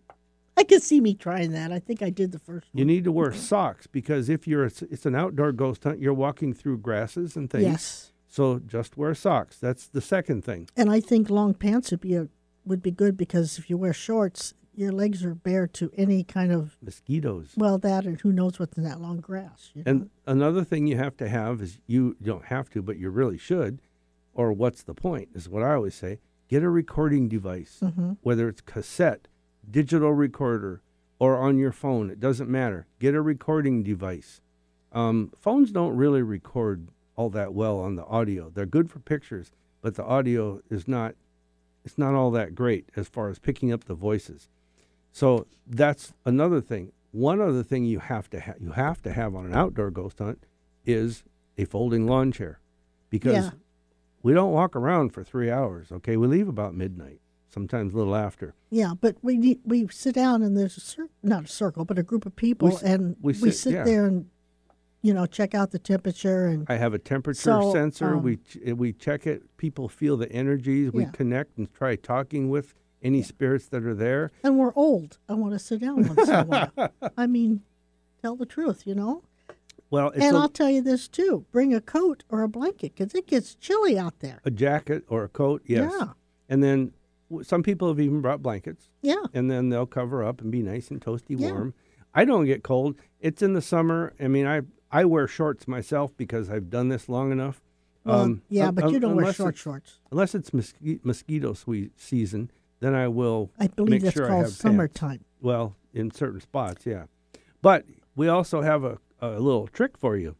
I could see me trying that. I think I did the first you one. need to wear socks because if you're it's an outdoor ghost hunt, you're walking through grasses and things. Yes, So just wear socks. That's the second thing. and I think long pants would be a, would be good because if you wear shorts, your legs are bare to any kind of Mosquitoes. well that and who knows what's in that long grass. You know? And another thing you have to have is you you don't have to, but you really should, or what's the point is what I always say. Get a recording device, whether it's cassette, digital recorder, or on your phone. It doesn't matter. Get a recording device. Um, phones don't really record all that well on the audio. They're good for pictures, but the audio is not. It's not all that great as far as picking up the voices. So that's another thing. One other thing you have to have you have to have on an outdoor ghost hunt is a folding lawn chair, because Yeah. we don't walk around for three hours. Okay, we leave about midnight, sometimes a little after. yeah, but we need, we sit down and there's a cir- not a circle but a group of people s- and we we sit- sit, yeah. there and you know check out the temperature and I have a temperature So, sensor. um, we ch- we check it. People feel the energies. We Yeah. connect and try talking with any spirits that are there. and we're old. I want to sit down once in a while. I mean, tell the truth, you know. Well, it's and a, i I'll tell you this too: bring a coat or a blanket because it gets chilly out there. a jacket or a coat. Yes. Yeah. And then w- some people have even brought blankets. Yeah, and then they'll cover up and be nice and toasty Yeah. warm. I don't get cold. It's in the summer. I mean, I I wear shorts myself because I've done this long enough. well, yeah, Um, un- but un- you don't wear unless short it's- shorts. Unless it's mosqui- mosquito swe- season, then I will. I believe make that's sure I called have pants. summertime. Well, in certain spots, yeah. But we also have a, a little trick for you.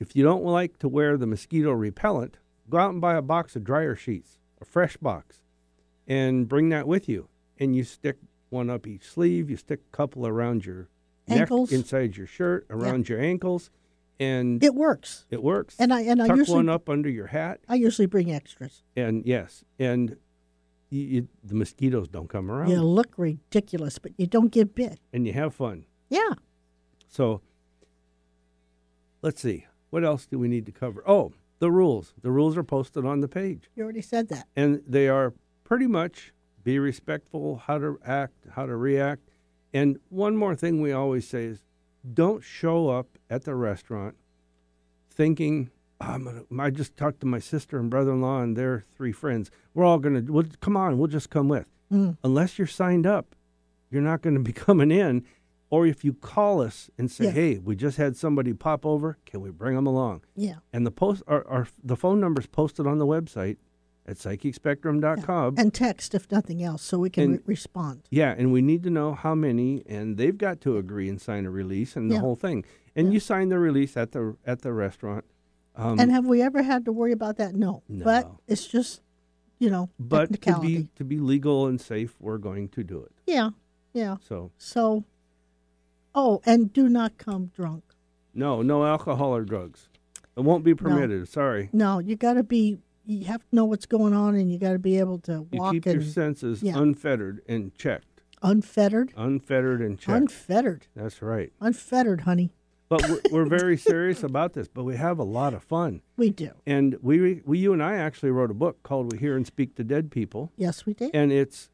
If you don't like to wear the mosquito repellent, go out and buy a box of dryer sheets, a fresh box, and bring that with you. And you stick one up each sleeve, you stick a couple around your Ankles. neck, inside your shirt, around your ankles, and it, It works, works. and I and I Tuck usually one up under your hat, I usually bring extras. and yes, and you, you, the mosquitoes don't come around, You look ridiculous, but you don't get bit. and you have fun. Yeah, So let's see. What else do we need to cover? Oh, the rules. The rules are posted on the page. you already said that. And they are pretty much be respectful, how to act, how to react. And one more thing we always say is don't show up at the restaurant thinking, I'm gonna, I just talked to my sister and brother in law and their three friends. We're all going to, we'll, come on, we'll just come with. Mm. Unless you're signed up, you're not going to be coming in. Or if you call us and say, Yeah. hey, we just had somebody pop over, can we bring them along? Yeah, And the post our, our the phone number's posted on the website at psychicspectrum.com. and text if nothing else, so we can And- re- respond. yeah, and we need to know how many and they've got to agree and sign a release and the Yeah. whole thing. And you sign the release at the at the restaurant. Um, and have we ever had to worry about that? No, but No. it's just you know but to technicality. be to be legal and safe, we're going to do it. yeah, yeah. So So, oh, and do not come drunk. no, no alcohol or drugs. It won't be permitted. Sorry. No, you got to be. You have to know what's going on, and you got to be able to You walk keep your and senses yeah. unfettered and checked. unfettered, Unfettered and checked. unfettered, That's right. unfettered, honey. But we're, we're very serious about this. But we have a lot of fun. We do. And we, we, you and I actually wrote a book called "We Hear and Speak to Dead People," Yes, we did. and it's,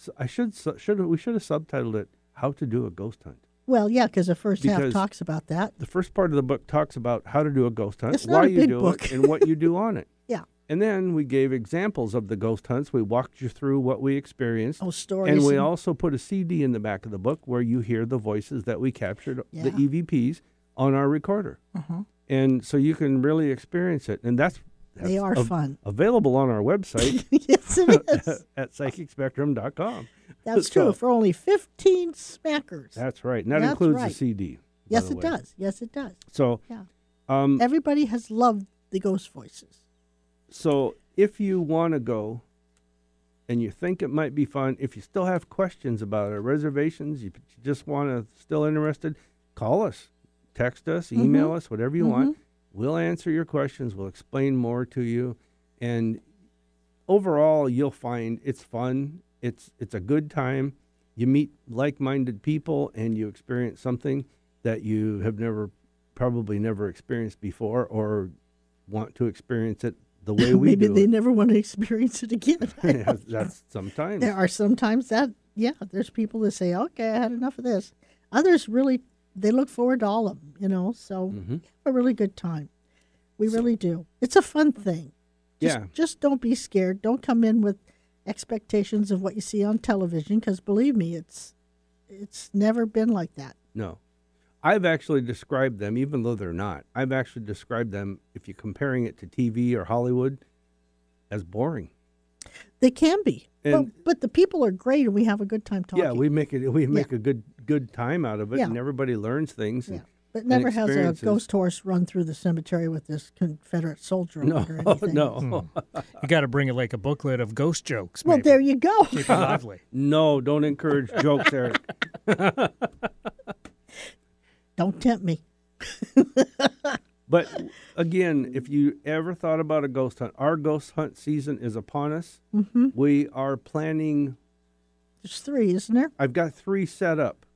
s- I should su- should we should have subtitled it "How to Do a Ghost Hunt." well, yeah, because the first half Because- talks about that. The first part of the book talks about how to do a ghost hunt, It's not why a you big do book. it, and what you do on it. Yeah. And then we gave examples of the ghost hunts. We walked you through what we experienced. Oh, stories. and we and- also put a CD in the back of the book where you hear the voices that we captured, the Yeah. Mm-hmm. EVPs, on our recorder. And so you can really experience it. And that's, that's They are av- fun. Available on our website yes, it is. at psychicspectrum.com. That's So, true. For only fifteen smackers. That's right. And that That's includes the right. CD. by yes, the it way. does. Yes, it does. So, Yeah. um, Everybody has loved the ghost voices. so if you want to go and you think it might be fun, if you still have questions about it, reservations, you, you just want to still interested, call us, text us, email us, whatever you want. We'll answer your questions. We'll explain more to you. and overall you'll find it's fun it's it's a good time you meet like-minded people and you experience something that you have never probably never experienced before or want to experience it the way we Maybe do they it never want to experience it again. Yes, that's sometimes there are sometimes that yeah, there's people that say, "Okay, I had enough of this." Others really they look forward to all of them, you know. So Mm-hmm. have a really good time. We really do. It's a fun thing. Just, Yeah. Just don't be scared. Don't come in with expectations of what you see on television, because believe me, it's it's never been like that. No. I've actually described them, even though they're not, I've actually described them, if you're comparing it to TV or Hollywood, as boring. They can be, And- but but the people are great, and we have a good time talking. Yeah, we make it we make a good good time out of it Yeah. and everybody learns things. Yeah, and- but and never has a experiences. ghost horse run through the cemetery with this Confederate soldier on No, it or anything. no. You got to bring like a booklet of ghost jokes. Well, maybe. there you go. Keep it lively. no, don't encourage jokes, Eric. Don't tempt me. But again, if you ever thought about a ghost hunt, our ghost hunt season is upon us. Mm-hmm. We are planning There's three, isn't there? I've got three set up.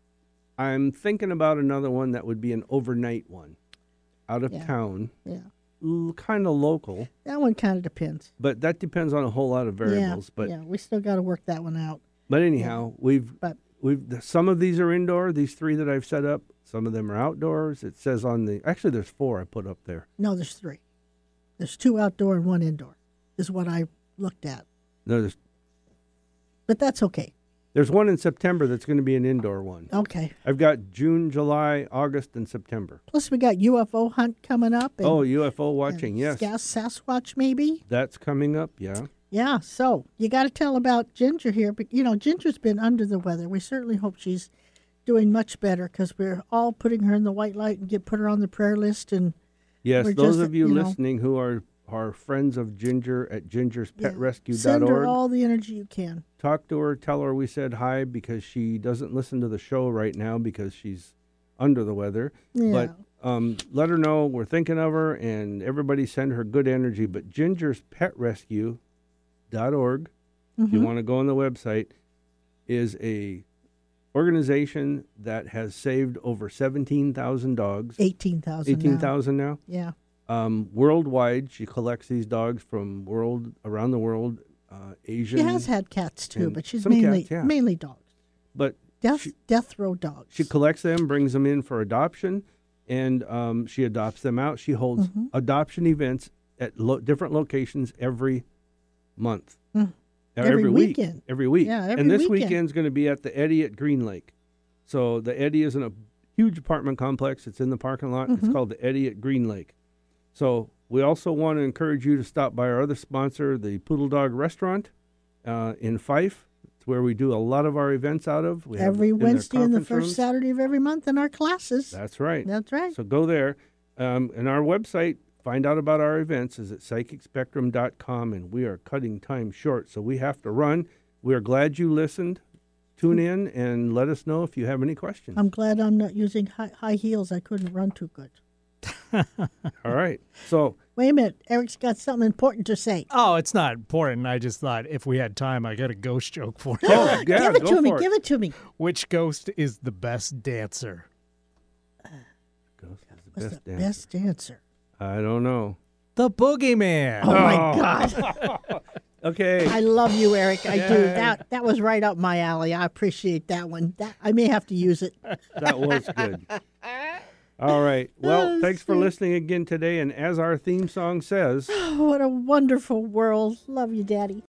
I'm thinking about another one that would be an overnight one, out of Yeah. town, Yeah. l- kind of local, That one kind of depends. but that depends on a whole lot of variables. yeah, but yeah, we still got to work that one out. but anyhow, we've But- we've th- some of these are indoor. These three that I've set up, some of them are outdoors. It says on the actually there's four I put up there. No, there's three. There's two outdoor and one indoor, is what I looked at. No, there's But that's okay. there's one in September that's going to be an indoor one. Okay. I've got June, July, August, and September. Plus, we got UFO hunt coming up. And, oh, UFO watching, and yes, Sas- Sasquatch, maybe. that's coming up. Yeah. Yeah. So you got to tell about Ginger here. But, you know, Ginger's been under the weather. We certainly hope she's doing much better because we're all putting her in the white light and get put her on the prayer list and Yes, We're those just, of you, you know- listening who are are friends of Ginger at send her gingerspetrescue.org, all the energy you can. talk to her, tell her we said hi because she doesn't listen to the show right now because she's under the weather. Yeah. But um, let her know we're thinking of her and everybody send her good energy. But Ginger's Pet Rescue dot org, if Mm-hmm. you want to go on the website, is a organization that has saved over 17,000 dogs. 18,000. now. 18,000 now? Yeah. um, worldwide. She collects these dogs from world around the world, uh, Asian. She has had cats too, and but she's some mainly cats, yeah. mainly dogs. but Death She- death row dogs. she collects them, brings them in for adoption, and um, she adopts them out. She holds Mm-hmm. adoption events at lo- different locations every month, Mm. Uh, Every week, weekend. every week. Yeah, every and this weekend. weekend's going to be at the Eddy at Green Lake. So the Eddy is in a huge apartment complex. It's in the parking lot. Mm-hmm. It's called the Eddy at Green Lake. So we also want to encourage you to stop by our other sponsor, the Poodle Dog Restaurant uh, in Fife. It's where we do a lot of our events out of. We have every in their Wednesday and the conference first rooms. Saturday of every month in our classes. That's right. That's right. So go there. Um, and our website, find out about our events, is at psychicspectrum.com. And we are cutting time short, so we have to run. We are glad you listened. Tune in and let us know if you have any questions. Mm. I'm glad I'm not using high, high heels. I couldn't run too good. All right. So, Wait a minute. Eric's got something important to say. Oh, it's not important. I just thought if we had time, I got a ghost joke for you. oh, yeah, give it go to me. for Give it to me. Which ghost is the best dancer? Ghost is the What's best the dancer. best answer? I don't know. The boogeyman. Oh, my God. Okay. I love you, Eric. I do. That that was right up my alley. I appreciate that one. That I may have to use it. that was good. All right. Well, thanks for listening again today. And as our theme song says, Oh, what a wonderful world. Love you, Daddy.